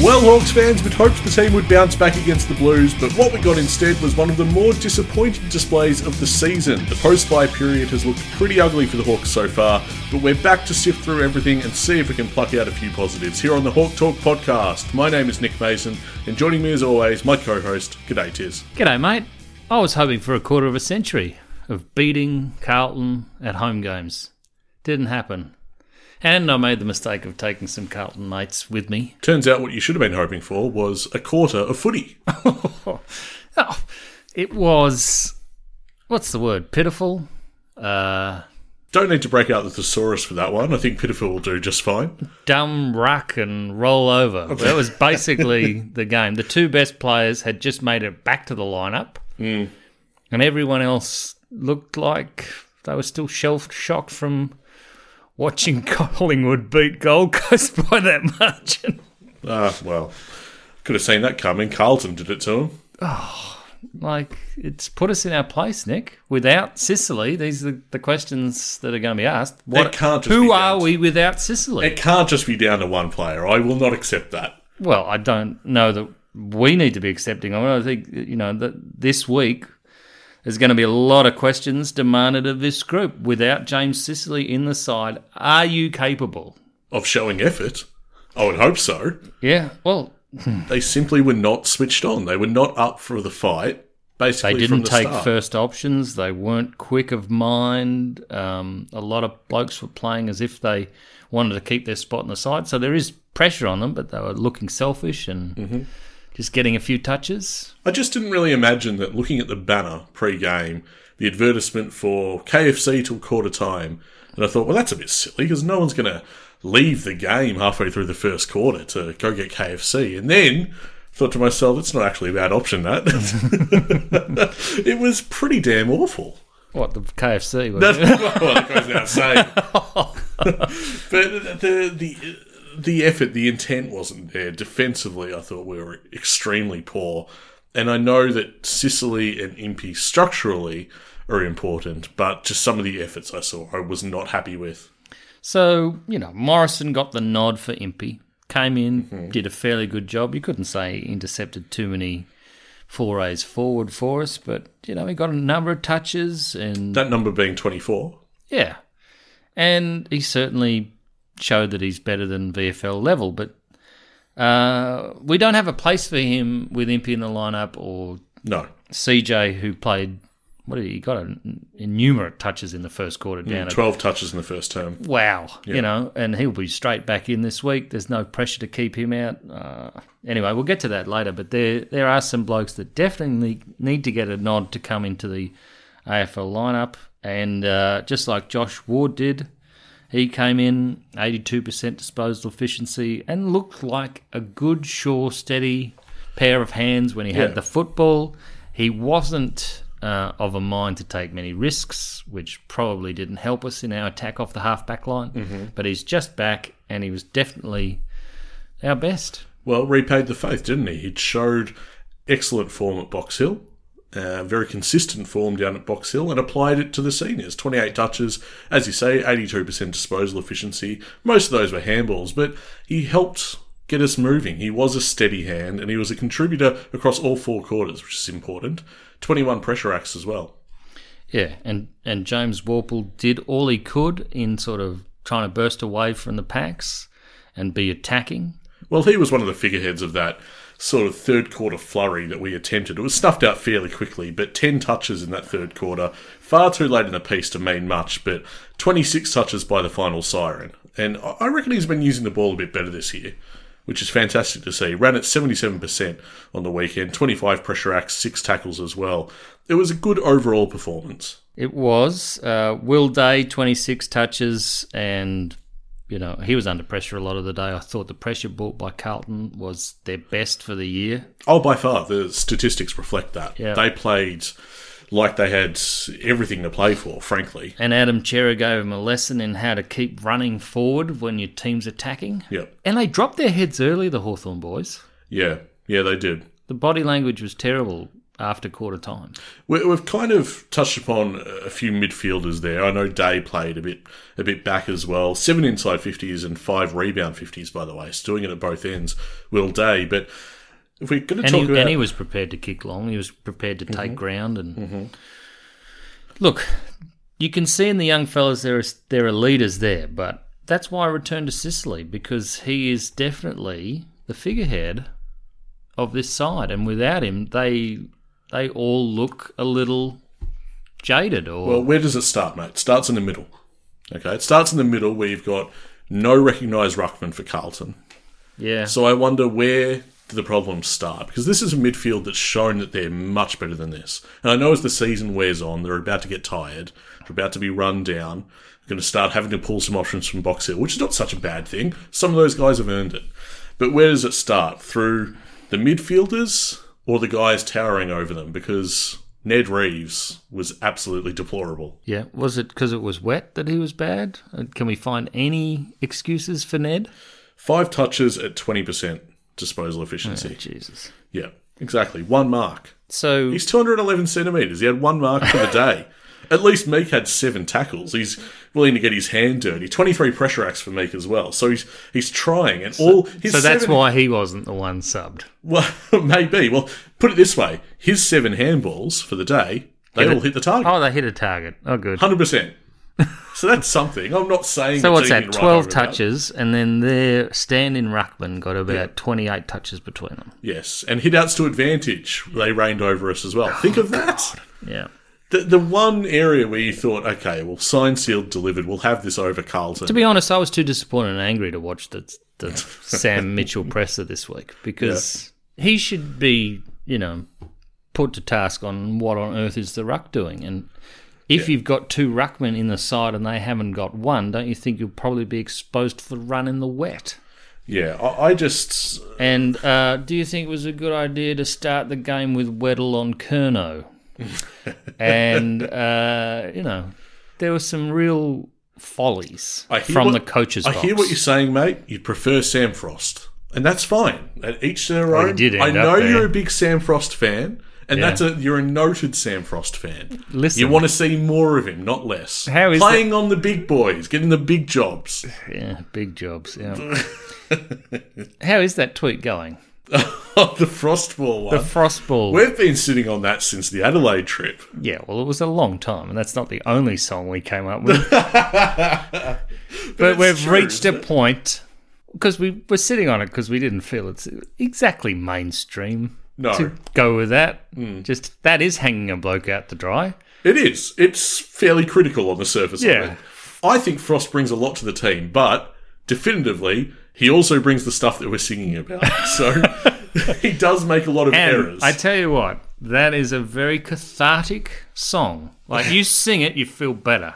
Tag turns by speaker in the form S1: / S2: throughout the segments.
S1: Bulldogs fans would hoped the team would bounce back against the Blues, but what we got instead was one of the more disappointing displays of the season. The post buy period has looked pretty ugly for the Hawks so far, but we're back to sift through everything and see if we can pluck out a few positives here on the Hawk Talk podcast. My name is Nick Mason, and joining me as always, my co host, G'day Tiz.
S2: G'day, mate. I was hoping for a quarter of a century of beating Carlton at home games. Didn't happen. And I made the mistake of taking some Carlton mates with me.
S1: Turns out what you should have been hoping for was a quarter of footy.
S2: Oh, it was. What's the word? Pitiful? Uh,
S1: Don't need to break out the thesaurus for that one. I think Pitiful will do just fine.
S2: dumb ruck and roll over. That was basically the game. The two best players had just made it back to the lineup,
S1: Hmm.
S2: and everyone else looked like they were still shell shocked from watching Collingwood beat Gold Coast by that margin.
S1: Ah, well, could have seen that coming. Carlton did it to him.
S2: Like it's put us in our place, Nick. Without Sicily, these are the questions that are going to be asked. What
S1: can't just
S2: Who
S1: be
S2: are
S1: down to-
S2: we without Sicily?
S1: It can't just be down to one player. I will not accept that.
S2: Well, I don't know that we need to be accepting of it. I think you know that this week there's going to be a lot of questions demanded of this group. Without James Sicily in the side, are you capable?
S1: Of showing effort, I would hope so.
S2: Yeah. Well,
S1: They simply were not switched on. They were not up for the fight. Basically,
S2: they didn't
S1: from the
S2: take
S1: start.
S2: first options. They weren't quick of mind. Um, a lot of blokes were playing as if they wanted to keep their spot in the side. So there is pressure on them, but they were looking selfish and
S1: Mm-hmm.
S2: just getting a few touches.
S1: I just didn't really imagine that. Looking at the banner pre-game, the advertisement for KFC till quarter time, and I thought, well, that's a bit silly because no one's going to leave the game halfway through the first quarter to go get KFC, and then. Thought to myself, it's not actually a bad option. That it was pretty damn awful.
S2: What the KFC? was
S1: That's well, that goes without saying. but the the the effort, the intent wasn't there. Defensively, I thought we were extremely poor, and I know that Sicily and Impey structurally are important, but just some of the efforts I saw, I was not happy with.
S2: So, you know, Morrison got the nod for Impey, came in, did a fairly good job. You couldn't say he intercepted too many forays forward for us, but, you know, he got a number of touches and,
S1: That number being twenty four.
S2: yeah. And he certainly showed that he's better than VFL level, but uh, we don't have a place for him with Impey in the lineup or
S1: No,
S2: CJ, who played, what did he, he got? An, innumerate touches in the first quarter down at
S1: twelve touches in the first term.
S2: wow, you know, and he'll be straight back in this week. There's no pressure to keep him out. Uh, anyway, we'll get to that later. But there, there are some blokes that definitely need to get a nod to come into the AFL lineup, and uh, just like Josh Ward did, he came in 82% disposal efficiency and looked like a good, sure, steady pair of hands when he
S1: Yeah.
S2: had the football. He wasn't uh, of a mind to take many risks, which probably didn't help us in our attack off the half back line. But he's just back and he was definitely our best.
S1: Well, repaid the faith, didn't he? He showed excellent form at Box Hill, uh, very consistent form down at Box Hill, and applied it to the seniors. 28 touches, as you say, 82% disposal efficiency. Most of those were handballs, but he helped get us moving. He was a steady hand, and he was a contributor across all four quarters, which is important. 21 pressure acts as well.
S2: Yeah, and and James Warple did all he could in sort of trying to burst away from the packs and be attacking.
S1: Well, he was one of the figureheads of that sort of third quarter flurry that we attempted. It was snuffed out fairly quickly, but 10 touches in that third quarter. Far too late in the piece to mean much, but 26 touches by the final siren. And I I reckon he's been using the ball a bit better this year, which is fantastic to see. Ran at 77% on the weekend, 25 pressure acts, 6 tackles as well. It was a good overall performance.
S2: It was uh, Will Day, twenty six touches, and you know he was under pressure a lot of the day. I thought the pressure brought by Carlton was their best for the year.
S1: Oh, by far, the statistics reflect that.
S2: Yeah.
S1: They played like they had everything to play for, frankly.
S2: And Adam Chera gave him a lesson in how to keep running forward when your team's attacking.
S1: Yeah.
S2: And they dropped their heads early, the Hawthorn boys.
S1: Yeah, yeah, they did.
S2: The body language was terrible. after quarter time.
S1: We- We've kind of touched upon a few midfielders there. I know Day played a bit a bit back as well. Seven inside fifties and five rebound fifties, by the way. He's doing it at both ends. Will Day, but if we're going to
S2: And
S1: talk
S2: he,
S1: about
S2: and he was prepared to kick long. He was prepared to
S1: Mm-hmm.
S2: take ground. And look, you can see in the young fellas there is there are leaders there, but that's why I returned to Sicily because he is definitely the figurehead of this side, and without him, they they all look a little jaded. Or
S1: Well, where does it start, mate? It starts in the middle. Okay, it starts in the middle where you've got no recognised ruckman for Carlton.
S2: yeah,
S1: So I wonder where do the problems start? Because this is a midfield that's shown that they're much better than this. And I know as the season wears on, they're about to get tired. They're about to be run down. They're going to start having to pull some options from Box Hill, which is not such a bad thing. Some of those guys have earned it. But where does it start? Through the midfielders or the guys towering over them? Because Ned Reeves was absolutely deplorable.
S2: yeah. Was it because it was wet that he was bad? Uh, Can we find any excuses for Ned?
S1: Five touches at 20% disposal efficiency.
S2: Jesus.
S1: Yeah, exactly. One mark.
S2: So
S1: He's 211 centimetres. He had one mark for the day. At least Meek had seven tackles. He's willing to get his hand dirty. 23 pressure acts for Meek as well. So he's he's trying. And all his
S2: so that's
S1: seven,
S2: why he wasn't the one subbed.
S1: Well, maybe. Well, put it this way his seven handballs for the day, they all hit the target.
S2: Oh, they hit a target. Oh, good.
S1: 100%. So that's something. I'm not saying.
S2: So
S1: it's
S2: what's that?
S1: anything right
S2: Twelve
S1: over about.
S2: touches, and then their stand-in ruckman got about twenty-eight touches between them.
S1: Yes, and hitouts to advantage. They reigned over us as well.
S2: Oh
S1: Think of that.
S2: Yeah.
S1: The, the one area where you thought, okay, well, signed, sealed, delivered, we'll have this over Carlton.
S2: To be honest, I was too disappointed and angry to watch the the Sam Mitchell presser this week because he should be, you know, put to task on what on earth is the ruck doing and. If you've got two ruckmen in the side and they haven't got one, don't you think you'll probably be exposed for run in the wet?
S1: yeah, I, I just
S2: And uh, do you think it was a good idea to start the game with Weddle on Kerno? and uh, you know, there were some real follies
S1: I hear
S2: from
S1: what-
S2: the coaches.
S1: I
S2: box.
S1: hear what you're saying, mate. You prefer Sam Frost, and that's fine. At each to their own.
S2: Oh, you did
S1: I
S2: end
S1: know
S2: up there.
S1: you're a big Sam Frost fan, and that's a you're a noted Sam Frost fan.
S2: Listen.
S1: you want to see more of him, not less.
S2: How is
S1: playing on the big boys, getting the big jobs?
S2: Yeah, big jobs. Yeah. How is that tweet going?
S1: the Frostball one.
S2: The Frostball.
S1: We've been sitting on that since the Adelaide trip.
S2: yeah, well, it was a long time, and that's not the only song we came up with. but we've
S1: true,
S2: reached a
S1: isn't
S2: point because we were sitting on it because we didn't feel it's exactly mainstream.
S1: No, Hmm.
S2: to go with that. Just that is hanging a bloke out to dry.
S1: It is. It's fairly critical on the surface.
S2: Yeah.
S1: Of it. I think Frost brings a lot to the team, but definitively, he also brings the stuff that we're singing about. So he does make a lot of
S2: And
S1: errors.
S2: I tell you what, that is a very cathartic song. Like you sing it, you feel better.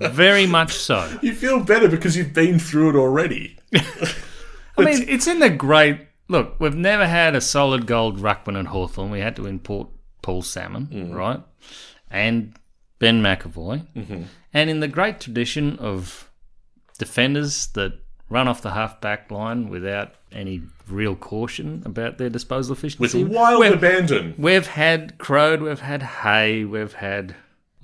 S2: very much so.
S1: you feel better because you've been through it already.
S2: I mean, it's in the great look. We've never had a solid gold ruckman at Hawthorn. We had to import Paul Salmon, right, and Ben McAvoy, and in the great tradition of defenders that run off the half back line without any real caution about their disposal
S1: With
S2: efficiency.
S1: wild
S2: we've,
S1: abandon.
S2: we've had Crowd, we've had Hay, we've had.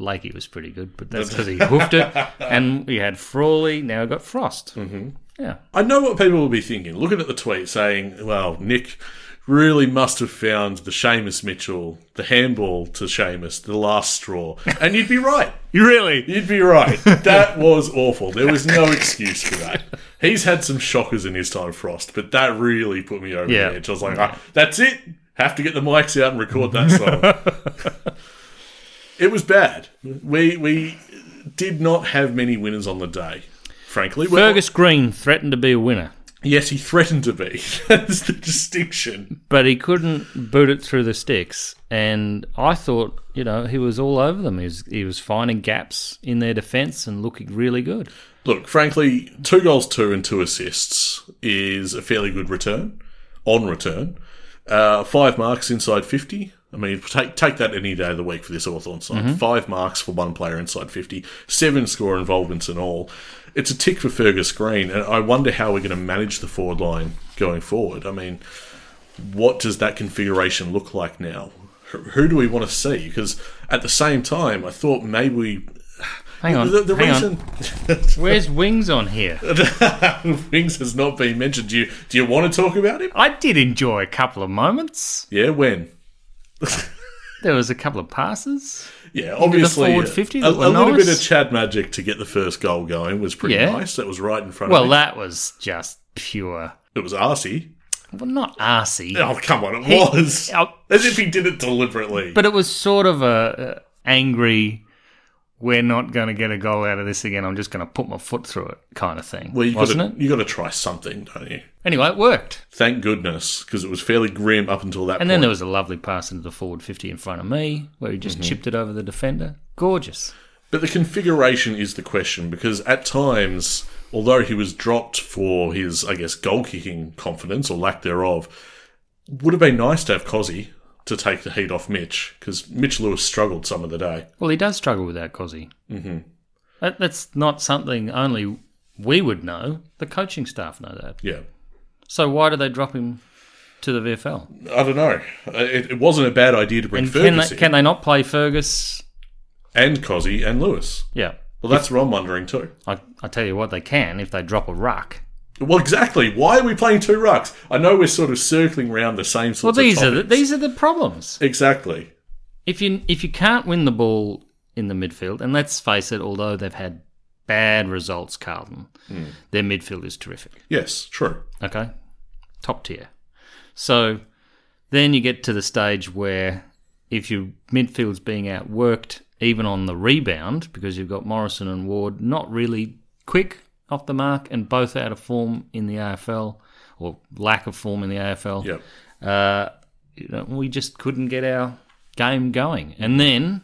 S2: Lakey was pretty good, but that's because he hoofed it. And we had Frawley. Now we've got Frost. Mm-hmm. Yeah.
S1: I know what people will be thinking, looking at the tweet saying, well, Nick really must have found the Seamus Mitchell, the handball to Seamus, the last straw. And you'd be right.
S2: You really?
S1: You'd be right. That was awful. There was no excuse for that. He's had some shockers in his time, Frost, but that really put me over
S2: Yeah.
S1: the edge. I was like, ah, that's it. Have to get the mics out and record that song. it was bad. We we did not have many winners on the day, frankly. Well,
S2: Fergus Green threatened to be a winner,
S1: yes, he threatened to be. That's the distinction.
S2: but he couldn't boot it through the sticks. And I thought, you know, he was all over them. He was, he was finding gaps in their defence and looking really good.
S1: Look, frankly, two goals, two and two assists is a fairly good return on return. Uh, five marks inside fifty. I mean, take take that any day of the week for this Hawthorn side.
S2: Mm-hmm.
S1: Five marks for one player inside fifty. Seven score involvements in all. It's a tick for Fergus Green, and I wonder how we're going to manage the forward line going forward. I mean, what does that configuration look like now? Who- Who do we want to see? Because at the same time, I thought maybe we.
S2: Hang on,
S1: the, the
S2: hang on.
S1: reason
S2: Where's Wings on here?
S1: Wings has not been mentioned. Do you do you want to talk about him?
S2: I did enjoy a couple of moments.
S1: Yeah, when?
S2: There was a couple of passes.
S1: Yeah, obviously
S2: forward
S1: uh,
S2: 50
S1: A,
S2: that
S1: a
S2: were
S1: little
S2: nice.
S1: bit of Chad magic to get the first goal going was pretty
S2: Yeah.
S1: nice. That was right in front
S2: Well,
S1: of me.
S2: that was just pure.
S1: It was arsey.
S2: Well, not arsey,
S1: Oh come on, it was
S2: oh.
S1: as if he did it deliberately.
S2: but it was sort of a, a angry. We're not going to get a goal out of this again. I'm just going to put my foot through it, kind of thing,
S1: well, you
S2: wasn't
S1: gotta,
S2: it?
S1: You got to try something, don't you?
S2: Anyway, it worked.
S1: Thank goodness, because it was fairly grim up until that
S2: And
S1: point.
S2: then there was a lovely pass into the forward 50 in front of me where he just chipped it over the defender. Gorgeous.
S1: But the configuration is the question because at times, although he was dropped for his, I guess, goal kicking confidence or lack thereof, would have been nice to have Cozzy to take the heat off Mitch because Mitch Lewis struggled some of the day.
S2: Well, he does struggle with that, Cozzy. Mm-hmm. That, that's not something only we would know. The coaching staff know that.
S1: Yeah.
S2: So why do they drop him to the VFL?
S1: I don't know. Uh, It, it wasn't a bad idea to bring
S2: And can
S1: Fergus
S2: they,
S1: in
S2: can they not play Fergus?
S1: and Cozzy and Lewis.
S2: Yeah.
S1: Well, that's what I'm wondering too.
S2: I, I tell you what, they can if they drop a ruck.
S1: Well, exactly. Why are we playing two rucks? I know we're sort of circling round the same
S2: Well,
S1: sorts of
S2: these are the,
S1: topics.
S2: these are the problems.
S1: Exactly.
S2: If you if you can't win the ball in the midfield, and let's face it, although they've had bad results, Carlton, their midfield is terrific.
S1: Yes, true.
S2: Okay. Top tier. So then you get to the stage where if your midfield's being outworked, even on the rebound, because you've got Morrison and Ward not really quick off the mark and both out of form in the AFL or lack of form in the AFL.
S1: Yep.
S2: Uh, you know, we just couldn't get our game going. And then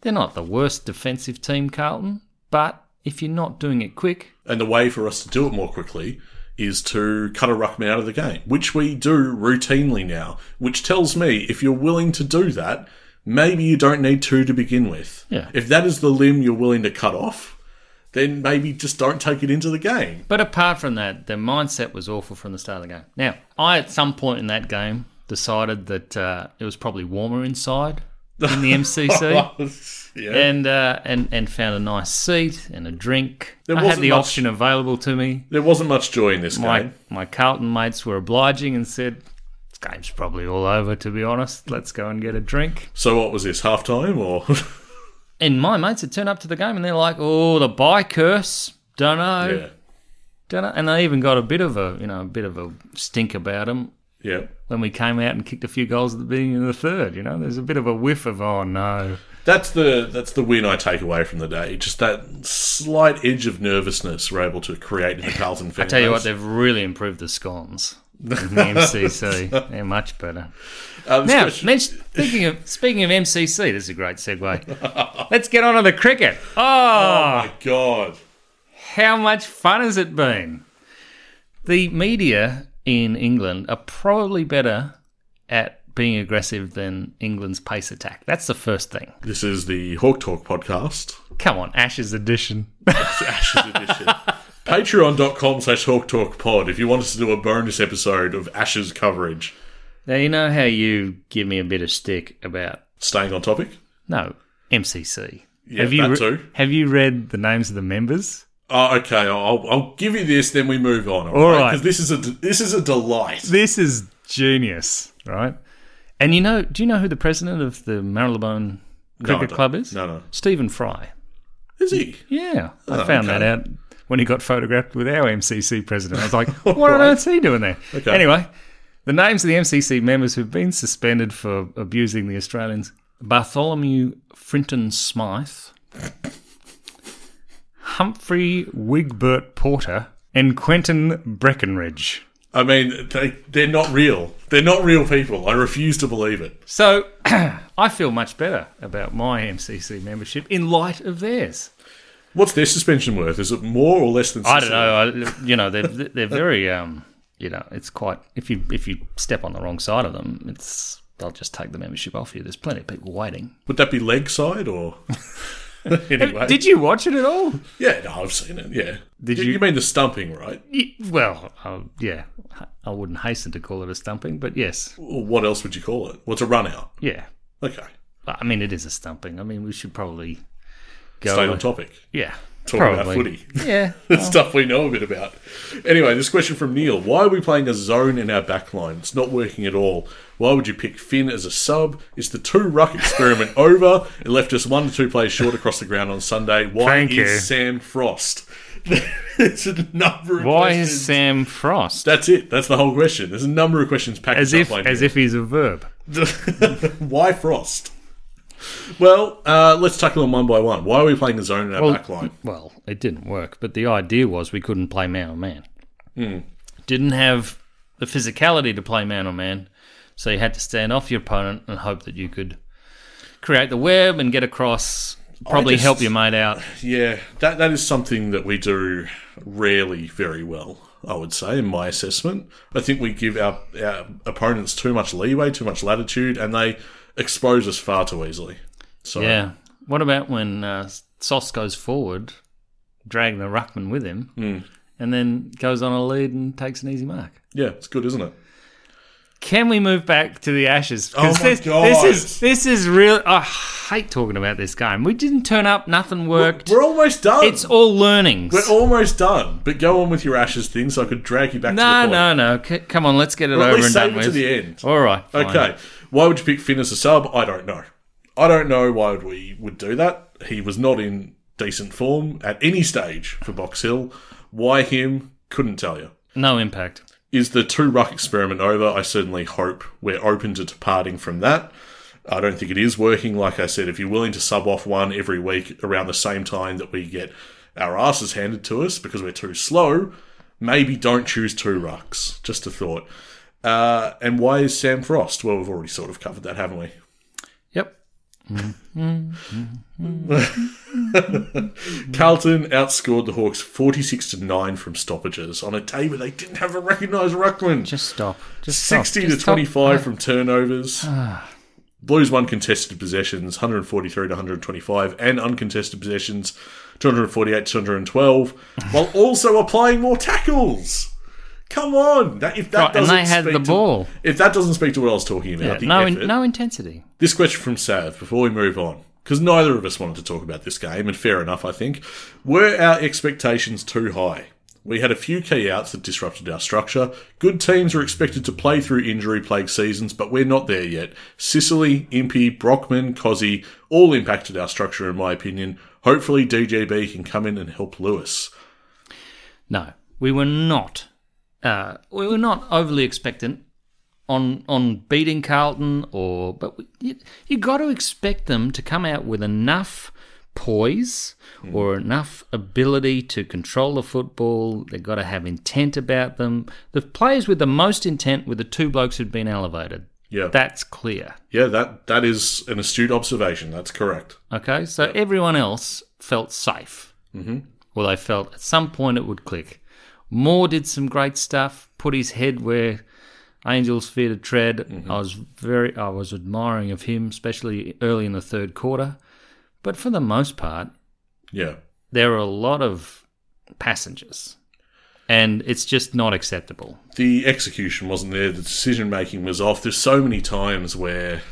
S2: they're not the worst defensive team, Carlton, but if you're not doing it quick,
S1: And the way for us to do it more quickly is to cut a ruckman out of the game, which we do routinely now, which tells me if you're willing to do that, maybe you don't need two to begin with.
S2: Yeah.
S1: If that is the limb you're willing to cut off, then maybe just don't take it into the game.
S2: But apart from that, the mindset was awful from the start of the game. Now, I at some point in that game decided that uh, it was probably warmer inside in the MCC,
S1: yeah.
S2: and uh, and and found a nice seat and a drink.
S1: There
S2: I had
S1: wasn't
S2: the
S1: much-
S2: option available to me.
S1: There wasn't much joy in this
S2: My
S1: game.
S2: my Carlton mates were obliging and said, "This game's probably all over. To be honest, let's go and get a drink."
S1: So what was this, half time or
S2: And my mates had turned up to the game and they're like, "Oh, the buy curse." Don't know,
S1: Yeah.
S2: don't know, and they even got a bit of a you know a bit of a stink about them.
S1: Yeah.
S2: when we came out and kicked a few goals at the beginning of the third. You know, there's a bit of a whiff of oh no.
S1: That's the that's the win I take away from the day. Just that slight edge of nervousness we're able to create in the Carlton fan.
S2: Tell you what,
S1: base.
S2: they've really improved the scones. in the MCC, they're much better.
S1: Um,
S2: Now,
S1: especially-
S2: men- speaking of speaking of MCC, this is a great segue. Let's get on to the cricket. Oh,
S1: my god.
S2: how much fun has it been? The media in England are probably better at being aggressive than England's pace attack. That's the first thing.
S1: This is the Hawk Talk podcast,
S2: Come on, Ashes edition.
S1: It's Ashes edition. Patreon.com slash Hawk Talk Pod if you want us to do a bonus episode of Ashes coverage.
S2: Now you know how you give me a bit of stick about
S1: Staying on topic?
S2: no MCC.
S1: Yeah,
S2: have you
S1: that
S2: re-
S1: too.
S2: have you read the names of the members?
S1: Oh, okay. I'll, I'll give you this, then we move on.
S2: All right.
S1: Because this is a this is a delight.
S2: This is genius, right? And you know, do you know who the president of the Marylebone
S1: No, I
S2: Cricket
S1: don't.
S2: Club is?
S1: No, no.
S2: Stephen Fry.
S1: Is he?
S2: Yeah, I
S1: Oh,
S2: found
S1: okay.
S2: that out when he got photographed with our MCC president. I was like, what on earth's he doing there?
S1: Okay.
S2: Anyway, the names of the MCC members who've been suspended for abusing the Australians Bartholomew Frinton Smythe, Humphrey Wigbert Porter, and Quentin Breckenridge.
S1: I mean, they, they're not real. They're not real people. I refuse to believe it.
S2: So I feel much better about my MCC membership in light of theirs.
S1: What's their suspension worth? Is it more or less than?
S2: I don't know. I, you know, they're they're very um, you know, it's quite if you if you step on the wrong side of them, it's they'll just take the membership off you. There's plenty of people waiting.
S1: Would that be leg side or? anyway,
S2: Did you watch it at all?
S1: yeah, no, I've seen it. Yeah,
S2: Did
S1: you,
S2: you-
S1: you mean the stumping, right?
S2: Y- Well, uh, yeah, I wouldn't hasten to call it a stumping, but yes,
S1: Or what else would you call it? What's a run out?
S2: yeah.
S1: Okay,
S2: I mean, it is a stumping. I mean, we should probably go.
S1: stay on topic.
S2: Yeah,
S1: Talk
S2: probably.
S1: about footy.
S2: Yeah,
S1: the stuff we know a bit about. Anyway, this question from Neil: Why are we playing a zone in our back line? It's not working at all. Why would you pick Finn as a sub? Is the two ruck experiment over? It left us one to two players short across the ground on Sunday. Why
S2: Thank
S1: is
S2: you.
S1: Sam Frost? There's a number of
S2: why
S1: questions.
S2: is Sam Frost
S1: That's it. That's the whole question. There's a number of questions packaged
S2: as if
S1: up
S2: as if he's a verb?
S1: if why Frost? Well, uh, let's tackle them one by one. Why are we playing a zone in our back line?
S2: Well, it didn't work, but the idea was we couldn't play man on man. Didn't have the physicality to play man on man, so you had to stand off your opponent and hope that you could create the web and get across. Probably
S1: just-
S2: help your mate out.
S1: Yeah, that that is something that we do rarely very well. I would say, in my assessment, I think we give our, our opponents too much leeway, too much latitude, and they expose us far too easily. So
S2: Yeah. What about when uh, Sauce goes forward, dragging the ruckman with him, and then goes on a lead and takes an easy mark?
S1: yeah, it's good, isn't it?
S2: Can we move back to the Ashes? 'Cause
S1: Oh my
S2: this,
S1: God.
S2: this is this is real. I hate talking about this game. We didn't turn up. Nothing worked.
S1: We're almost done.
S2: it's all learnings.
S1: We're almost done. But go on with your ashes thing, so I could drag you back.
S2: no,
S1: to the point.
S2: no, no. C- come on, let's get it
S1: at
S2: over
S1: least
S2: and
S1: save
S2: done
S1: it
S2: with.
S1: to the end.
S2: All right. fine.
S1: Okay. Why would you pick Finn as a sub? I don't know. I don't know why would we would do that. He was not in decent form at any stage for Box Hill. Why him? Couldn't tell you.
S2: No impact.
S1: Is the two ruck experiment over? I certainly hope we're open to departing from that. I don't think it is working. Like I said, if you're willing to sub off one every week around the same time that we get our asses handed to us because we're too slow, maybe don't choose two rucks. Just a thought. Uh, and why is Sam Frost? Well, we've already sort of covered that, haven't we?
S2: Yep.
S1: Carlton outscored the Hawks 46 to 9 from stoppages on a day where they didn't have a recognised ruckman.
S2: Just stop. Just stop.
S1: 60
S2: Just
S1: to
S2: stop. Ah.
S1: 25 from turnovers. Blues won contested possessions 143 to 125 and uncontested possessions 248 to 212 while also applying more tackles. Come on. That, if that
S2: Right, and
S1: doesn't
S2: they had
S1: speak
S2: the
S1: to-
S2: ball.
S1: If that doesn't speak to what I was talking about, the
S2: No,
S1: effort.
S2: in, no intensity.
S1: This question from Sav before we move on, because neither of us wanted to talk about this game, and fair enough, I think. Were our expectations too high? We had a few key outs that disrupted our structure. Good teams are expected to play through injury plagued seasons, but we're not there yet. Sicily, Impey, Brockman, Cozzy all impacted our structure, in my opinion. Hopefully, DJB can come in and help Lewis.
S2: No, we were not. Uh, we were not overly expectant on on beating Carlton, or but we, you, you got to expect them to come out with enough poise or enough ability to control the football. They've got to have intent about them. The players with the most intent were the two blokes who'd been elevated.
S1: Yeah,
S2: That's clear.
S1: yeah, that that is an astute observation. That's correct.
S2: Okay, so everyone else felt safe. Mm-hmm. Well, they felt at some point it would click. Moore did some great stuff. Put his head where angels fear to tread. I was very, I was admiring of him, especially early in the third quarter. But for the most part,
S1: Yeah,
S2: there are a lot of passengers, and it's just not acceptable.
S1: the execution wasn't there. The decision making was off. There's so many times where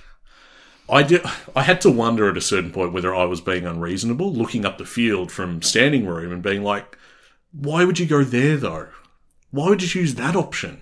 S1: I did. I had to wonder at a certain point whether I was being unreasonable, looking up the field from standing room and being like, "Why would you go there though? Why would you choose that option?"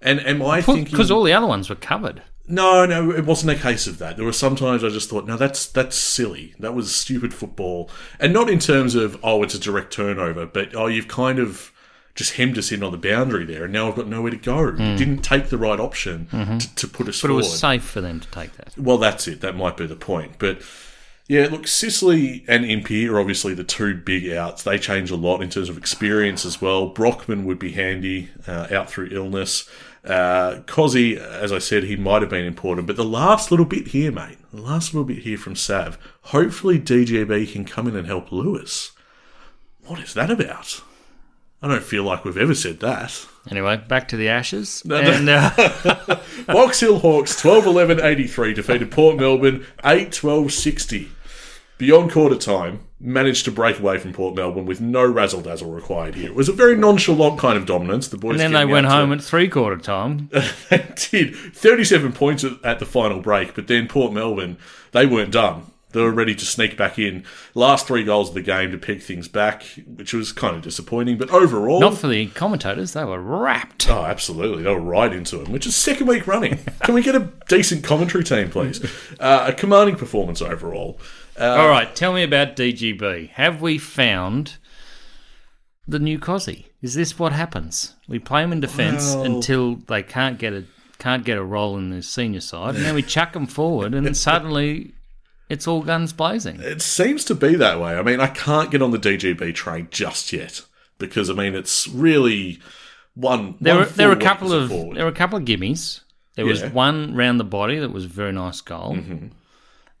S1: And am I thinking?
S2: Because all the other ones were covered.
S1: No, no, it wasn't a case of that. There were sometimes I just thought, no, that's that's silly. That was stupid football, and not in terms of oh, it's a direct turnover, but oh, you've kind of just hemmed us in on the boundary there, and now I've got nowhere to go. You didn't take the right option to, to put us
S2: Hmm. Mm-hmm. But it
S1: forward.
S2: was safe for them to take that.
S1: Well, that's it. That might be the point. But yeah, look, Sicily and Impey are obviously the two big outs. They change a lot in terms of experience as well. Brockman would be handy uh, out through illness. Uh, Cozzy, as I said, he might have been important. But the last little bit here, mate, the last little bit here from Sav, hopefully DGB can come in and help Lewis. What is that about? I don't feel like we've ever said that.
S2: Anyway, back to the ashes. and, uh,
S1: Box Hill Hawks 12 11 83 defeated Port Melbourne 8 12 60. Beyond quarter time, managed to break away from Port Melbourne with no razzle dazzle required here. It was a very nonchalant kind of dominance. The boys
S2: And then they
S1: getting
S2: went
S1: out to-
S2: home at three quarter time.
S1: they did 37 points at at the final break, but then Port Melbourne, they weren't done. They were ready to sneak back in. Last three goals of the game to pick things back, which was kind of disappointing. But overall,
S2: Not for the commentators, they were wrapped.
S1: Oh, absolutely. They were right into him, which is second week running. Can we get a decent commentary team, please? Uh, a commanding performance overall.
S2: All right, tell me about DGB. Have we found the new Cozzy? Is this what happens? We play them in defence
S1: Well-
S2: until they can't get a can't get a role in the senior side, and then we chuck them forward, and then suddenly it's all guns blazing.
S1: It seems to be that way. I mean, I can't get on the DGB train just yet because, I mean, it's really one.
S2: There
S1: one
S2: were there were a
S1: forward
S2: couple
S1: is a
S2: of
S1: forward.
S2: there were a couple of gimmies. There was
S1: Yeah. Mm-hmm.
S2: one round the body that was a very nice goal,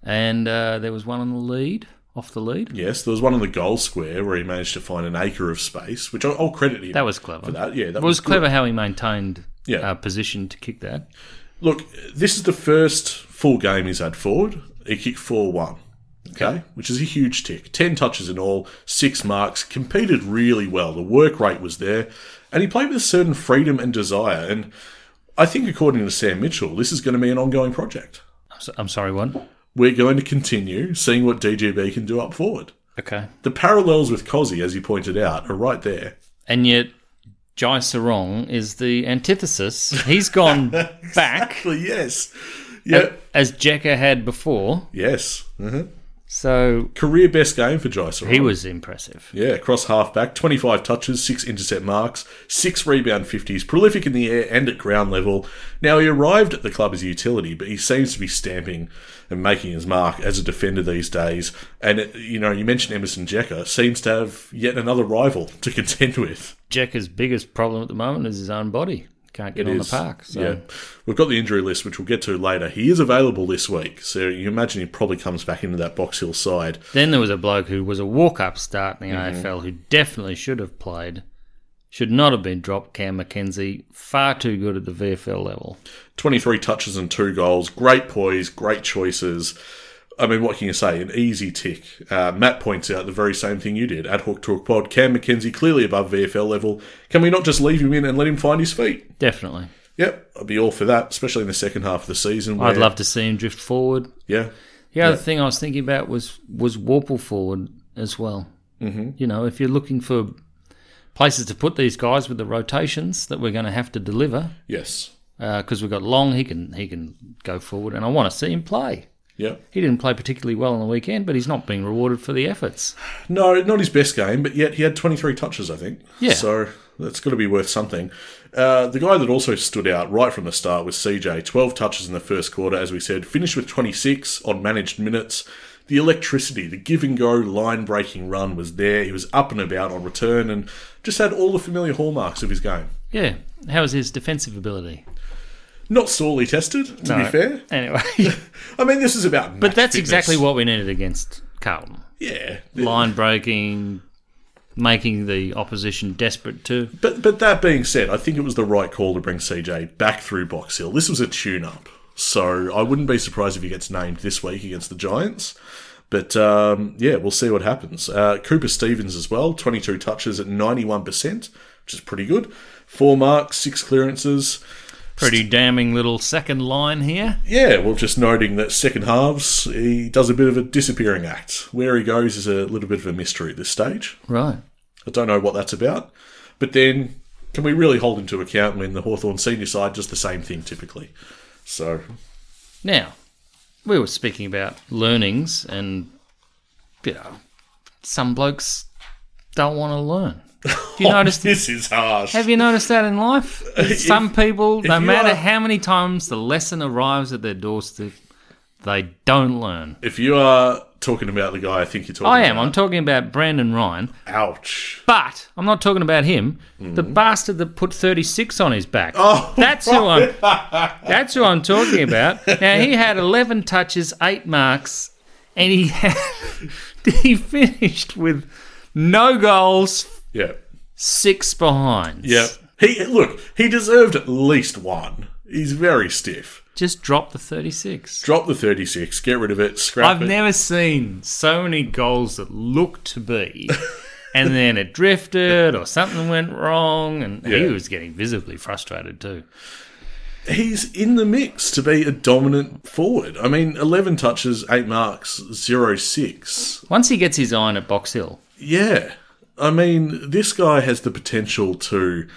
S2: and uh, there was one on the lead off the lead.
S1: Yes, there was one on the goal square where he managed to find an acre of space, which I'll, I'll credit him
S2: That was clever.
S1: for that. Yeah, that
S2: it was
S1: was,
S2: clever how he maintained
S1: Yeah.
S2: uh, position to kick that.
S1: Look, this is the first full game he's had forward. He kicked 4 1, okay, which is a huge tick. 10 touches in all, 6 marks, competed really well. The work rate was there, and he played with a certain freedom and desire. And I think, according to Sam Mitchell, this is going to be an ongoing project.
S2: I'm, so, I'm sorry, one.
S1: We're going to continue seeing what DGB can do up forward.
S2: Okay,
S1: The parallels with Cozzy, as you pointed out, are right there.
S2: and yet Jai Sarong is the antithesis. He's gone back
S1: Well, yes. Yep.
S2: as Jekka had before,
S1: Yes.
S2: so
S1: Career best game for Jaisar.
S2: he was impressive.
S1: yeah, cross half back, 25 touches, 6 intercept marks, 6 rebound 50s, prolific in the air and at ground level. Now, he arrived at the club as a utility, but he seems to be stamping and making his mark as a defender these days. And, uh, you know, you mentioned Emerson Jekka, seems to have yet another rival to contend with.
S2: Jekka's biggest problem at the moment is his own body. Can't get on
S1: is.
S2: the park. So.
S1: Yeah, we've got the injury list, which we'll get to later. He is available this week, so you imagine he probably comes back into that Box Hill side.
S2: Then there was a bloke who was a walk-up start in the AFL who definitely should have played, should not have been dropped. Cam McKenzie, far too good at the VFL level.
S1: 23 touches and two goals. Great poise, great choices. I mean, what can you say? An easy tick. Uh, Matt points out the very same thing you did. Ad hoc to a quad. Cam McKenzie clearly above VFL level. Can we not just leave him in and let him find his feet?
S2: Definitely,
S1: Yep, I'd be all for that, especially in the second half of the season.
S2: I'd
S1: where-
S2: love to see him drift forward.
S1: Yeah,
S2: The other thing I was thinking about was was Warple forward as well. Mm-hmm. You know, if you're looking for places to put these guys with the rotations that we're going to have to deliver,
S1: yes,
S2: because we've got Long, he can he can go forward, and I want to see him play.
S1: yep.
S2: He didn't play particularly well on the weekend, but he's not being rewarded for the efforts.
S1: No, not his best game, but yet he had 23 touches, I think.
S2: Yeah.
S1: So that's got to be worth something. Uh, the guy that also stood out right from the start was CJ. 12 touches in the first quarter, as we said, finished with 26 on managed minutes. The electricity, the give and go line breaking run was there. He was up and about on return and just had all the familiar hallmarks of his game.
S2: Yeah. How is his defensive ability?
S1: Not sorely tested, to be fair.
S2: Anyway,
S1: I mean, this is about.
S2: but that's exactly what we needed against Carlton.
S1: Yeah.
S2: Line breaking, making the opposition desperate too.
S1: But but that being said, I think it was the right call to bring CJ back through Box Hill. This was a tune-up, so I wouldn't be surprised if he gets named this week against the Giants. But um, yeah, we'll see what happens. Uh, Cooper Stevens as well, 22 touches at 91%, which is pretty good. Four marks, six clearances.
S2: Pretty damning little second line here.
S1: Yeah, well, just noting that second halves, he does a bit of a disappearing act. Where he goes is a little bit of a mystery at this stage.
S2: Right.
S1: I don't know what that's about. But then, can we really hold him to account when the Hawthorn senior side does the same thing typically? So,
S2: Now, we were speaking about learnings, and you know, some blokes don't want to learn. Do you notice?
S1: Oh, this is harsh.
S2: Have you noticed that in life? Some people, no
S1: you
S2: matter
S1: are-
S2: how many times the lesson arrives at their doorstep, they don't learn.
S1: if you are talking about the guy I think you're talking
S2: I am.
S1: about,
S2: I'm talking about Brandon Ryan,
S1: ouch.
S2: but I'm not talking about him. The bastard that put 36 on his back.
S1: Mm. Oh,
S2: that's who I'm. That's who I'm talking about. Now he had 11 touches, eight marks, and he had, he finished with no goals,
S1: Yeah.
S2: six behind.
S1: Yeah. He Look, he deserved at least one. He's very stiff.
S2: Just drop the 36.
S1: Drop the 36, get rid of it, scrap
S2: I've
S1: it.
S2: never seen so many goals that look to be, and then it drifted or something went wrong, and he
S1: Yeah.
S2: was getting visibly frustrated too.
S1: He's in the mix to be a dominant forward. I mean, 11 touches, 8 marks, 0 6.
S2: Once he gets his eye on at Box Hill,
S1: Yeah. I mean, this guy has the potential to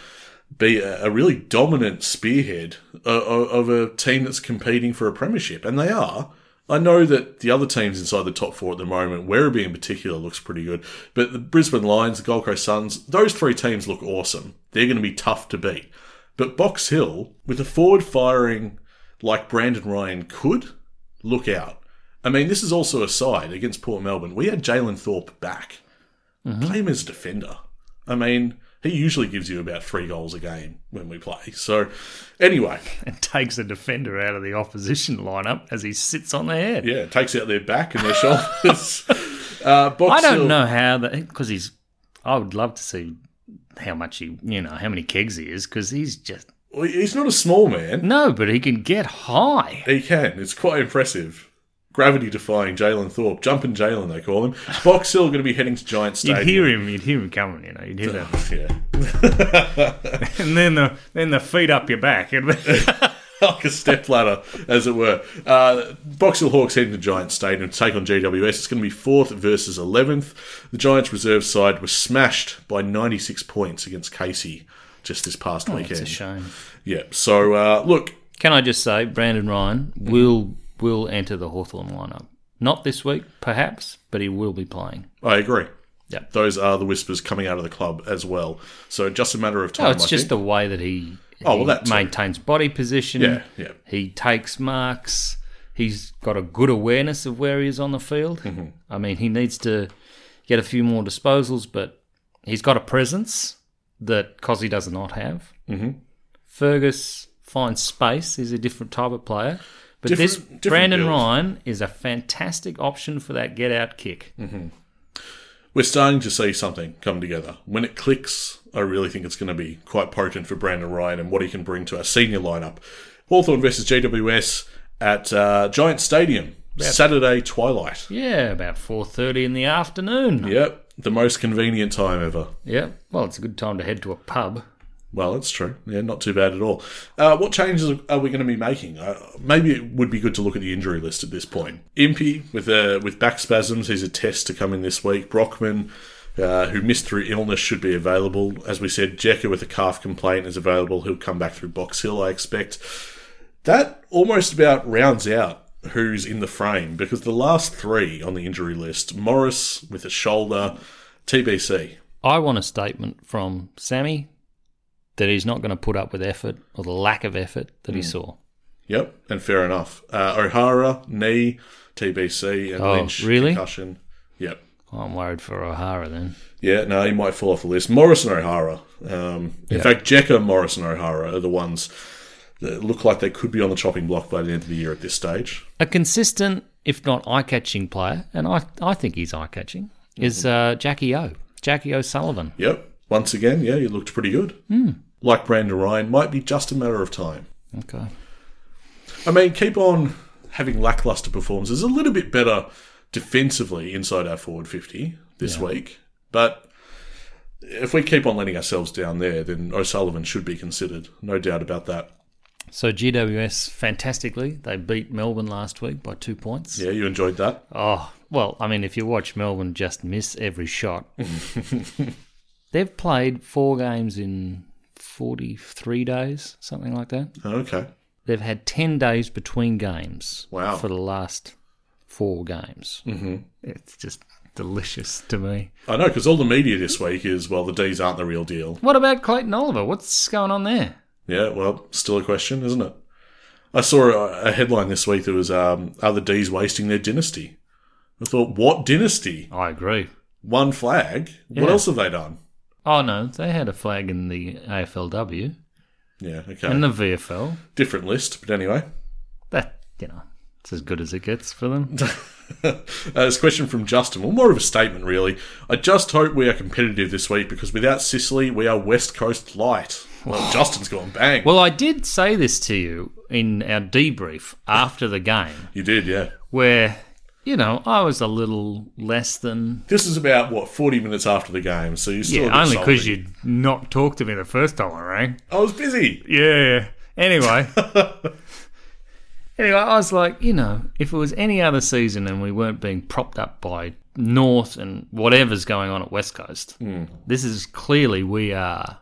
S1: be a, a really dominant spearhead uh, of a team that's competing for a premiership, and they are. I know that the other teams inside the top four at the moment, Werribee in particular, looks pretty good, but the Brisbane Lions, the Gold Coast Suns, those three teams look awesome. They're going to be tough to beat. But Box Hill, with a forward firing like Brandon Ryan could, look out. I mean, this is also a side against Port Melbourne. We had Jalen Thorpe back play him as a defender. I mean, he usually gives you about three goals a game when we play. So, anyway,
S2: and takes a defender out of the opposition lineup as he sits on the head.
S1: yeah, takes out their back and their shoulders. uh, Box
S2: I don't
S1: Hill-
S2: know how that because he's. I would love to see how much he, you know, how many kegs he is because he's just
S1: Well, He's not a small man.
S2: no, but he can get high.
S1: He can. It's quite impressive. Gravity defying Jalen Thorpe, jumping Jalen they call him. Box Hill going to be heading to Giant
S2: You'd
S1: Stadium.
S2: hear him. You'd hear him coming. You know. You'd hear that,
S1: yeah,
S2: and then the then the feet up your back. It'd be-
S1: like a stepladder, as it were. Uh, Box Hill Hawks heading to Giants Stadium to take on GWS. It's going to be fourth versus eleventh. The Giants reserve side was smashed by 96 points against Casey just this past
S2: it's Oh, a
S1: weekend.
S2: shame.
S1: Yeah. So uh, look,
S2: Can I just say, Brandon Ryan will will enter the Hawthorn lineup. Not this week, perhaps, but he will be playing.
S1: I agree.
S2: Yeah.
S1: Those are the whispers coming out of the club as well. So just a matter of time.
S2: Oh, it's
S1: I
S2: just
S1: think.
S2: the way that he,
S1: Oh,
S2: he
S1: well, that too.
S2: maintains body position.
S1: Yeah, yeah.
S2: He takes marks. He's got a good awareness of where he is on the field.
S1: Mm-hmm.
S2: I mean, he needs to get a few more disposals, but he's got a presence that Cosy does not have. Mm-hmm. Fergus finds space. He's a different type of player. But this
S1: Different- different
S2: Brandon
S1: build.
S2: Ryan is a fantastic option for that get out kick.
S1: Mm-hmm. we're starting to see something come together. When it clicks, I really think it's going to be quite potent for Brandon Ryan and what he can bring to our senior lineup. Hawthorn versus GWS at uh, Giant Stadium, Saturday twilight.
S2: Yeah, about 4.30 in the afternoon.
S1: Yep, the most convenient time ever.
S2: yeah. Well, it's a good time to head to a pub.
S1: Well, that's true. Yeah, not too bad at all. Uh, what changes are we going to be making? Uh, maybe it would be good to look at the injury list at this point. Impey with uh, with back spasms, he's a test to come in this week. Brockman, uh, who missed through illness, should be available. As we said, Jekka with a calf complaint is available. He'll come back through Box Hill, I expect. That almost about rounds out who's in the frame because the last three on the injury list: Morris with a shoulder, TBC.
S2: I want a statement from Sammy that he's not going to put up with effort or the lack of effort that he saw.
S1: Yep, and fair enough. Uh, O'Hara, knee, TBC, and
S2: Oh,
S1: Lynch,
S2: really?
S1: concussion. Yep.
S2: I'm worried for O'Hara then.
S1: Yeah, no, he might fall off the list. Morris and O'Hara. Um, in fact, Jekka, Morris, and O'Hara are the ones that look like they could be on the chopping block by the end of the year at this stage.
S2: A consistent, if not eye-catching player, and I I think he's eye-catching, is uh, Jackie O. Jackie O'Sullivan.
S1: Yep. Once again, yeah, he looked pretty good.
S2: Hmm.
S1: Like Brandon Ryan, might be just a matter of time.
S2: Okay.
S1: I mean, keep on having lackluster performances. A little bit better defensively inside our forward 50 this week. But if we keep on letting ourselves down there, then O'Sullivan should be considered. No doubt about that.
S2: So GWS, fantastically, they beat Melbourne last week by two points.
S1: Yeah, you enjoyed that.
S2: Oh, well, I mean, if you watch Melbourne just miss every shot, they've played four games in 43 days, something like that.
S1: Oh, Okay.
S2: They've had 10 days between games
S1: Wow.
S2: for the last four games. Mm-hmm. It's just delicious to me.
S1: I know, because all the media this week is, well, the D's aren't the real deal.
S2: What about Clayton Oliver? What's going on there?
S1: Yeah, well, still a question, isn't it? I saw a- a headline this week that was, um, are the D's wasting their dynasty? I thought, what dynasty?
S2: I agree.
S1: One flag? What
S2: Yeah.
S1: else have they done?
S2: Oh, no, they had a flag in the AFLW
S1: Yeah, okay.
S2: and the VFL.
S1: Different list, but anyway.
S2: That, you know, it's as good as it gets for them.
S1: Uh, this question from Justin, well, more of a statement, really. I just hope we are competitive this week because without Sicily, we are West Coast light. Well, Justin's gone bang.
S2: Well, I did say this to you in our debrief after the game,
S1: you did, yeah.
S2: where you know I was a little less than
S1: This is about what forty minutes after the game, so you still a
S2: yeah,
S1: bit
S2: only because
S1: salty.
S2: you not talked to me the first time I rang.
S1: I was busy.
S2: Yeah. Anyway. anyway, I was like, you know, if it was any other season and we weren't being propped up by North and whatever's going on at West Coast, this is clearly we are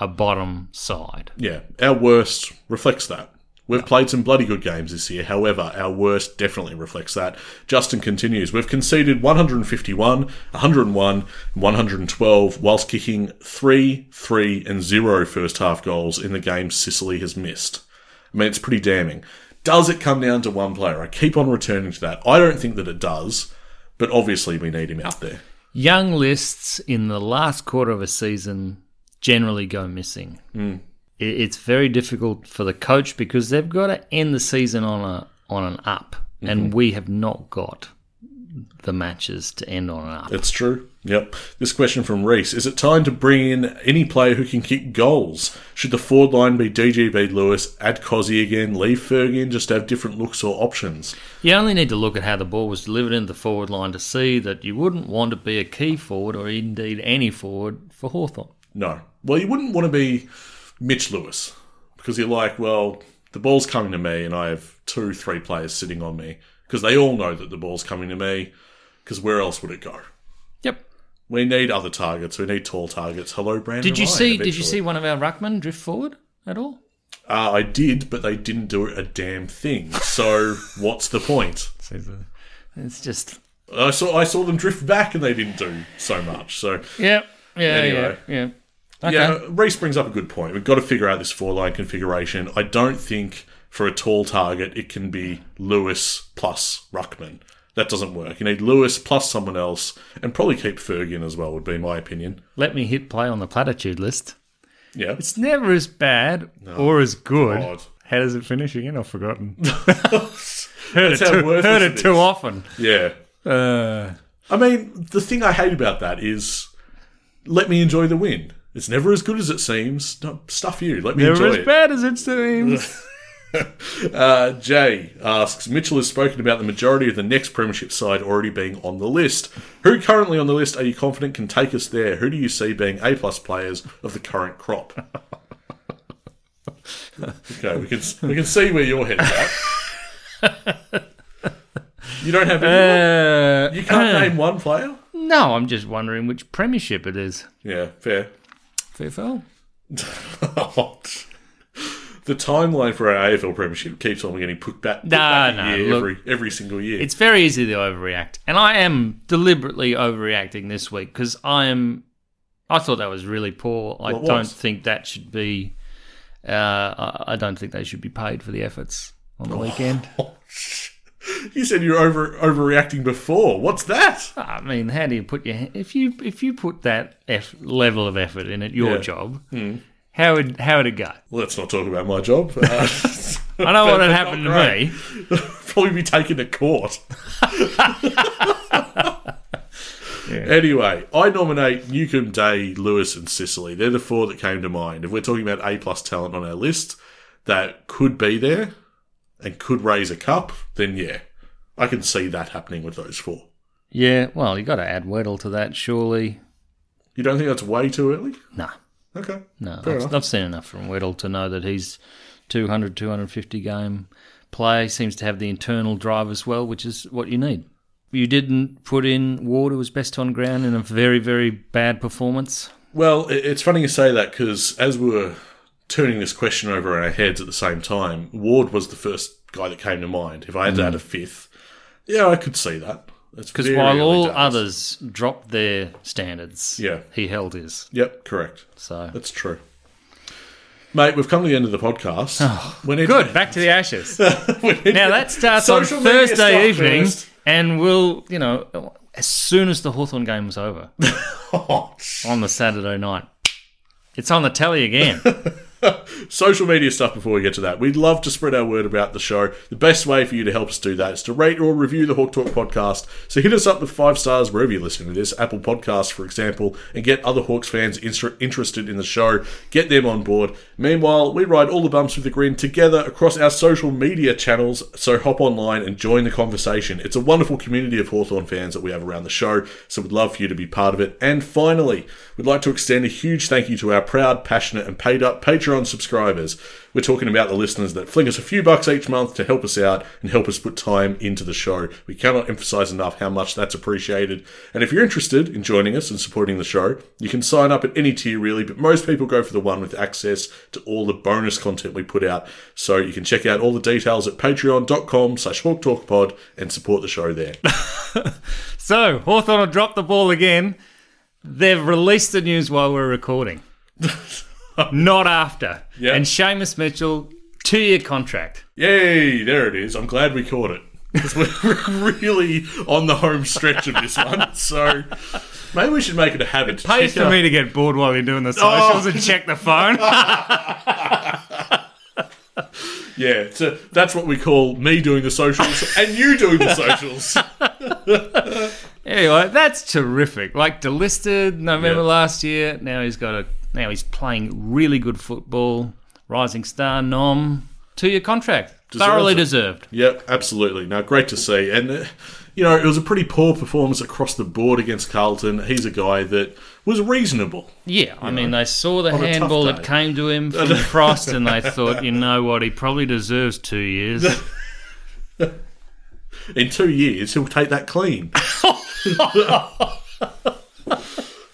S2: a bottom side.
S1: Yeah, our worst reflects that. We've played some bloody good games this year. However, our worst definitely reflects that. Justin continues. We've conceded 151, 101, and 112 whilst kicking 3, 3, and 0 first half goals in the games Sicily has missed. I mean, it's pretty damning. Does it come down to one player? I keep on returning to that. I don't think that it does, but obviously we need him out there.
S2: Young lists in the last quarter of a season generally go missing. I- It's very difficult for the coach because they've got to end the season on a on an up, and we have not got the matches to end on an up.
S1: It's true. Yep. This question from Reese Is it time to bring in any player who can kick goals? Should the forward line be DGB Lewis, add Cozzy again, leave Fergie, and just have different looks or options?
S2: You only need to look at how the ball was delivered into the forward line to see that you wouldn't want to be a key forward or indeed any forward for Hawthorn.
S1: No. Well, you wouldn't want to be Mitch Lewis because you're like, well, the ball's coming to me and I have two, three players sitting on me because they all know that the ball's coming to me because where else would it go?
S2: Yep.
S1: We need other targets. We need tall targets. Hello, Brandon.
S2: Did you
S1: Ryan,
S2: see? Did you
S1: eventually.
S2: see one of our ruckmen drift forward at all?
S1: Uh, I did, but they didn't do a damn thing. So what's the point?
S2: It's just
S1: I saw I saw them drift back, and they didn't do so much. So
S2: yeah, yeah,
S1: Anyway.
S2: yeah, yeah. Okay.
S1: yeah, Reese brings up a good point. We've got to figure out this four line configuration. I don't think for a tall target it can be Lewis plus Ruckman. That doesn't work. You need Lewis plus someone else, and probably keep Ferg in as well. Would be my opinion.
S2: Let me hit play on the platitude list.
S1: Yeah,
S2: It's never as bad or as good.
S1: God.
S2: How does it finish again? I've forgotten. heard
S1: That's how worthless
S2: heard
S1: it
S2: it too
S1: is.
S2: often.
S1: yeah.
S2: Uh,
S1: I mean, the thing I hate about that is let me enjoy the win. It's never as good as it seems. No, stuff you. Let me
S2: never
S1: enjoy
S2: as
S1: it.
S2: bad as it seems.
S1: Uh, Jay asks Mitchell has spoken about the majority of the next Premiership side already being on the list. Who currently on the list are you confident can take us there? Who do you see being A plus players of the current crop? okay, we can we can see where your head's at. you don't have anyone?
S2: Uh,
S1: you can't name one player.
S2: no, I'm just wondering which premiership it is.
S1: Yeah, fair.
S2: VFL?
S1: the timeline for our AFL Premiership keeps on getting put back, put
S2: No,
S1: back a
S2: no,
S1: year
S2: look-
S1: every every single year.
S2: It's very easy to overreact, and I am deliberately overreacting this week because I am. I thought that was really poor. I
S1: Well, it
S2: don't
S1: was.
S2: think that should be. Uh, I, I don't think they should be paid for the efforts on
S1: Oh.
S2: the weekend.
S1: You said you're over overreacting before. What's that?
S2: I mean, how do you put your if you if you put that eff level of effort in at your
S1: Yeah. Hmm.
S2: job, how would how would it go?
S1: Let's not talk about my job. Uh,
S2: I know what had
S1: not
S2: happened to
S1: great.
S2: me.
S1: probably be taken to court. Anyway, I nominate Newcomb, Day, Lewis, and Sicily. They're the four that came to mind. If we're talking about A plus talent on our list that could be there and could raise a cup, then yeah, I can see that happening with those four.
S2: Yeah, well, you got to add Weddle to that, surely.
S1: You don't think that's way too early?
S2: Nah,
S1: Okay.
S2: no,
S1: Fair
S2: I've,
S1: enough.
S2: I've seen enough from Weddle to know that he's 200, 250 game play seems to have the internal drive as well, which is what you need. You didn't put in Ward, who was best on ground in a very, very bad performance.
S1: Well, it- it's funny you say that because as we were turning this question over in our heads at the same time, Ward was the first guy that came to mind. If I
S2: Mm.
S1: had to add a fifth, yeah, I could see that.
S2: Because while all others dropped their standards,
S1: Yeah.
S2: he held his.
S1: Yep, correct.
S2: So
S1: That's true. Mate, we've come to the end of the podcast. we need
S2: good. Back to the ashes.
S1: To, we need
S2: Now
S1: to-
S2: that starts
S1: Social
S2: on
S1: media stuff
S2: Thursday evening,
S1: first.
S2: and we'll you know as soon as the Hawthorn game was over
S1: Oh, sh-
S2: on the Saturday night, it's on the telly again.
S1: social media stuff before we get to that. We'd love to spread our word about the show. The best way for you to help us do that is to rate or review the Hawk Talk podcast. So hit us up with five stars wherever you're listening to this, Apple Podcasts, for example, and get other Hawks fans inter- interested in the show. Get them on board. Meanwhile, we ride all the bumps with the grin together across our social media channels. So hop online and join the conversation. It's a wonderful community of Hawthorn fans that we have around the show. So we'd love for you to be part of it. And finally, we'd like to extend a huge thank you to our proud, passionate, and paid up Patreon subscribers. We're talking about the listeners that fling us a few bucks each month to help us out and help us put time into the show. We cannot emphasize enough how much that's appreciated. And if you're interested in joining us and supporting the show, you can sign up at any tier really, but most people go for the one with access to all the bonus content we put out. So you can check out all the details at patreon.com slash hawktalkpod and support the show there.
S2: So, Hawthorn have dropped the ball again. They've released the news while we're recording, not after.
S1: Yeah.
S2: And Seamus Mitchell, two year contract.
S1: Yay, there it is. I'm glad we caught it. 'Cause we're really on the home stretch of this one. So maybe we should make it a habit. to
S2: Pays
S1: check
S2: for
S1: out-
S2: me to get bored while you're doing the socials
S1: Oh.
S2: and check the phone.
S1: Yeah, so that's what we call me doing the socials and you doing the socials.
S2: Anyway, that's terrific. Like delisted November
S1: Yeah.
S2: last year. Now he's got a now he's playing really good football. Rising star nom two year contract. Thoroughly
S1: it.
S2: deserved.
S1: Yep, absolutely. Now, great to see. And, uh, you know, it was a pretty poor performance across the board against Carlton. He's a guy that was reasonable.
S2: Yeah, I mean they saw the
S1: a tough
S2: handball that
S1: day.
S2: came to him from Frost and they thought, you know what, he probably deserves two years.
S1: In two years, he'll take that clean.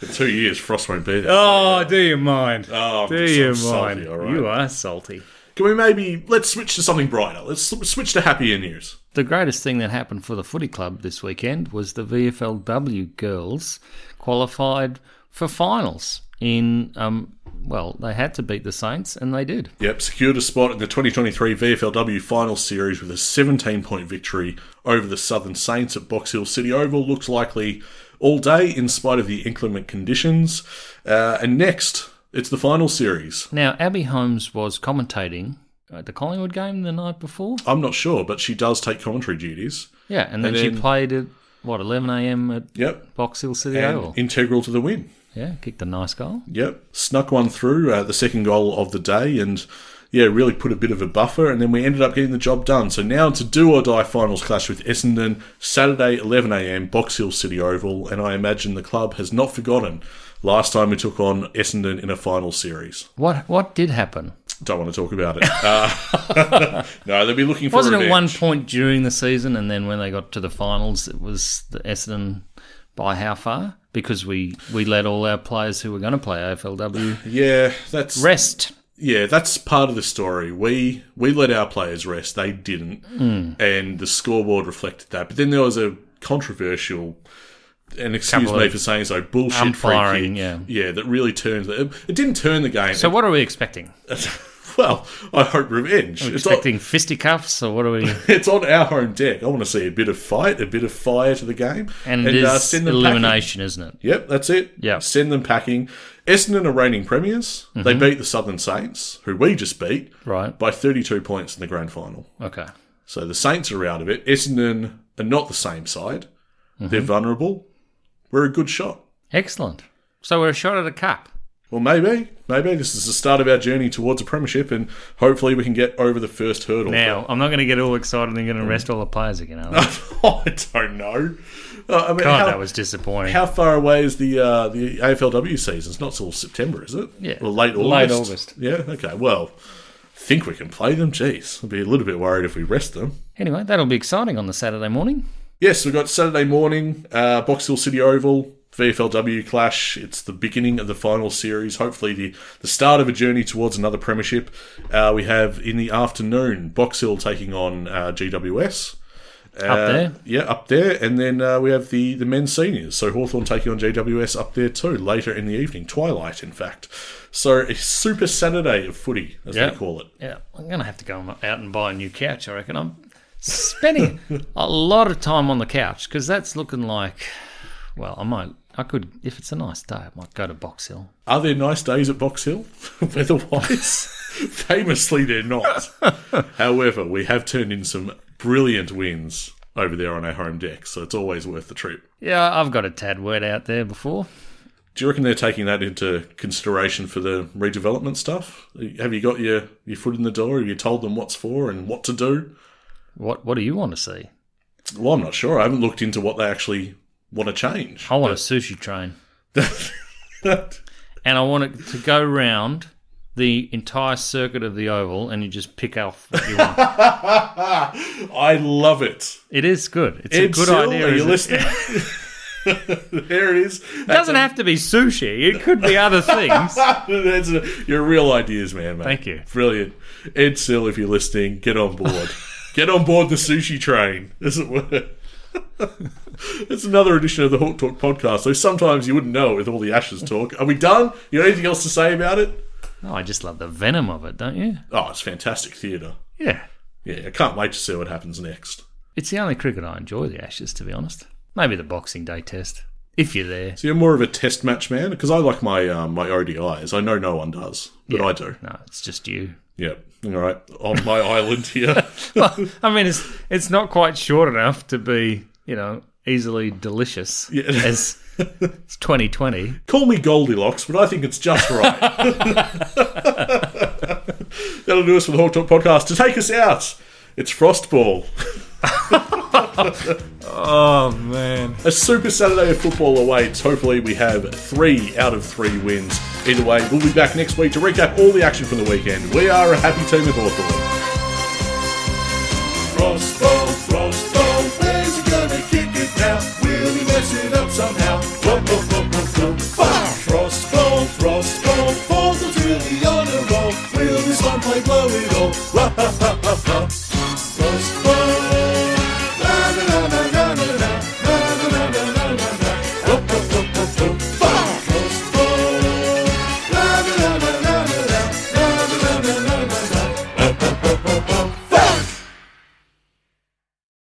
S1: In two years, Frost won't be there.
S2: oh, do you mind?
S1: Oh, I'm
S2: do
S1: just-
S2: you
S1: I'm
S2: mind?
S1: salty, all right.
S2: You are salty.
S1: Can we maybe let's switch to something brighter? Let's sw- switch to happier news.
S2: The greatest thing that happened for the footy club this weekend was the VFLW girls qualified for finals in um well, they had to beat the Saints and they did.
S1: Yep, secured a spot in the 2023 VFLW Final Series with a 17 point victory over the Southern Saints at Box Hill City Oval. Looks likely all day in spite of the inclement conditions. Uh, and next, it's the Final Series.
S2: Now Abby Holmes was commentating at the Collingwood game the night before.
S1: I'm not sure, but she does take commentary duties.
S2: Yeah, and then,
S1: And
S2: she
S1: then-
S2: played at what, eleven AM at
S1: Yep.
S2: Box Hill City
S1: And
S2: Oval.
S1: integral to the win.
S2: Yeah, kicked a nice goal.
S1: Yep, snuck one through uh, the second goal of the day, and yeah, really put a bit of a buffer, and then we ended up getting the job done. So now it's a do or die finals clash with Essendon, Saturday, 11 a.m., Box Hill City Oval, and I imagine the club has not forgotten last time we took on Essendon in a final series.
S2: What what did happen?
S1: Don't want to talk about it. Uh, no, they'll be looking for
S2: Wasn't it
S1: revenge.
S2: one point during the season, and then when they got to the finals, it was the Essendon by how far? Because we we let all our players who were going to play AFLW
S1: Yeah, that's
S2: rest.
S1: yeah, that's part of the story. We we let our players rest; they didn't,
S2: Hmm.
S1: and the scoreboard reflected that. But then there was a controversial, and excuse
S2: Couple
S1: me
S2: of
S1: for saying so, bullshit free
S2: umpiring,
S1: kick,
S2: yeah.
S1: that really turned. The, it didn't turn the game.
S2: So what are we expecting?
S1: well, I hope revenge. It's on,
S2: expecting fisticuffs, or what are we?
S1: it's on our home deck. I want to see a bit of fight, a bit of fire to the game, uh,
S2: And it is
S1: them packing.
S2: elimination, isn't it?
S1: Yep, that's it.
S2: Yeah. Mm-hmm.
S1: Send them packing. Essendon are reigning premiers. They beat the Southern Saints, who we just beat,
S2: Right.
S1: by 32 points in the grand final.
S2: Okay.
S1: So the Saints are out of it. Essendon are not the same side.
S2: Mm-hmm.
S1: They're vulnerable. We're a good shot.
S2: Excellent. So we're a shot at a cup.
S1: Well, maybe, maybe this is the start of our journey towards a premiership, and hopefully we can get over the first hurdle.
S2: Now I'm not going to get all excited and going to rest all the players again. Are we?
S1: I don't know. Uh, I mean,
S2: God,
S1: how,
S2: that was disappointing.
S1: how far away is the uh, the AFLW season? It's not till September, is it?
S2: Yeah.
S1: Or late August.
S2: Late August.
S1: Yeah. Okay. Well, think we can play them. Jeez, I'd be a little bit worried if we rest them.
S2: anyway, that'll be exciting on the Saturday morning.
S1: Yes, we've got Saturday morning, uh, Box Hill City Oval, VFLW clash. It's the beginning of the final series, hopefully the, the start of a journey towards another premiership. Uh, we have in the afternoon, Box Hill taking on uh, GWS.
S2: Up
S1: Uh,
S2: there.
S1: Yeah, up there. And then uh, we have the, the men's seniors. So Hawthorn taking on GWS up there too, later in the evening, twilight, in fact. So a super Saturday of footy, as
S2: Yeah.
S1: they call it.
S2: Yeah, I'm going to have to go and- out and buy a new couch, I reckon. I'm spending a lot of time on the couch because that's looking like Well, I might. I could if it's a nice day. I might go to Box Hill.
S1: Are there nice days at Box Hill? Weather-wise, famously they're not. However, we have turned in some brilliant wins over there on our home deck, so it's always worth the trip.
S2: Yeah, I've got a tad word out there before.
S1: Do you reckon they're taking that into consideration for the redevelopment stuff? Have you got your, your foot in the door? Have you told them what's for and what to do?
S2: What What do you want to see?
S1: Well, I'm not sure. I haven't looked into what they actually want to change.
S2: I want a sushi train, and I want it to go round the entire circuit of the oval, and you just pick off what you want.
S1: I love it.
S2: it is good. It's
S1: Ed
S2: a good
S1: Seal,
S2: idea.
S1: Are you
S2: isn't it?
S1: listening? there it is.
S2: It doesn't have to be sushi. It could be other things.
S1: That's a, your real ideas, man, mate.
S2: Thank you.
S1: Brilliant. Ed Sill, if you're listening, get on board. get on board the sushi train, as it were. it's another edition of the Hawk Talk podcast, so sometimes you wouldn't know it with all the Ashes talk. Are we done? You got anything else to say about it?
S2: No, Oh, I just love the venom of it, don't you?
S1: Oh, it's fantastic theatre.
S2: Yeah.
S1: Yeah, I can't wait to see what happens next.
S2: It's the only cricket I enjoy, the Ashes, to be honest. Maybe the Boxing Day test, if you're there.
S1: So you're more of a test match man? Because I like my um, my ODIs. I know no one does, but I do.
S2: No, it's just you.
S1: Yeah. All right. On my island here.
S2: I mean, it's it's not quite short enough to be, you know, easily delicious
S1: Yeah.
S2: as it's 2020.
S1: Call me Goldilocks, but I think it's just right. That'll do us for the Hawk Talk podcast. To take us out, it's Frostball,
S2: Oh, man.
S1: a super Saturday of football awaits. Hopefully, we have three out of three wins. Either way, we'll be back next week to recap all the action from the weekend. We are a happy team of Hawthorn. Frostball, Frostball.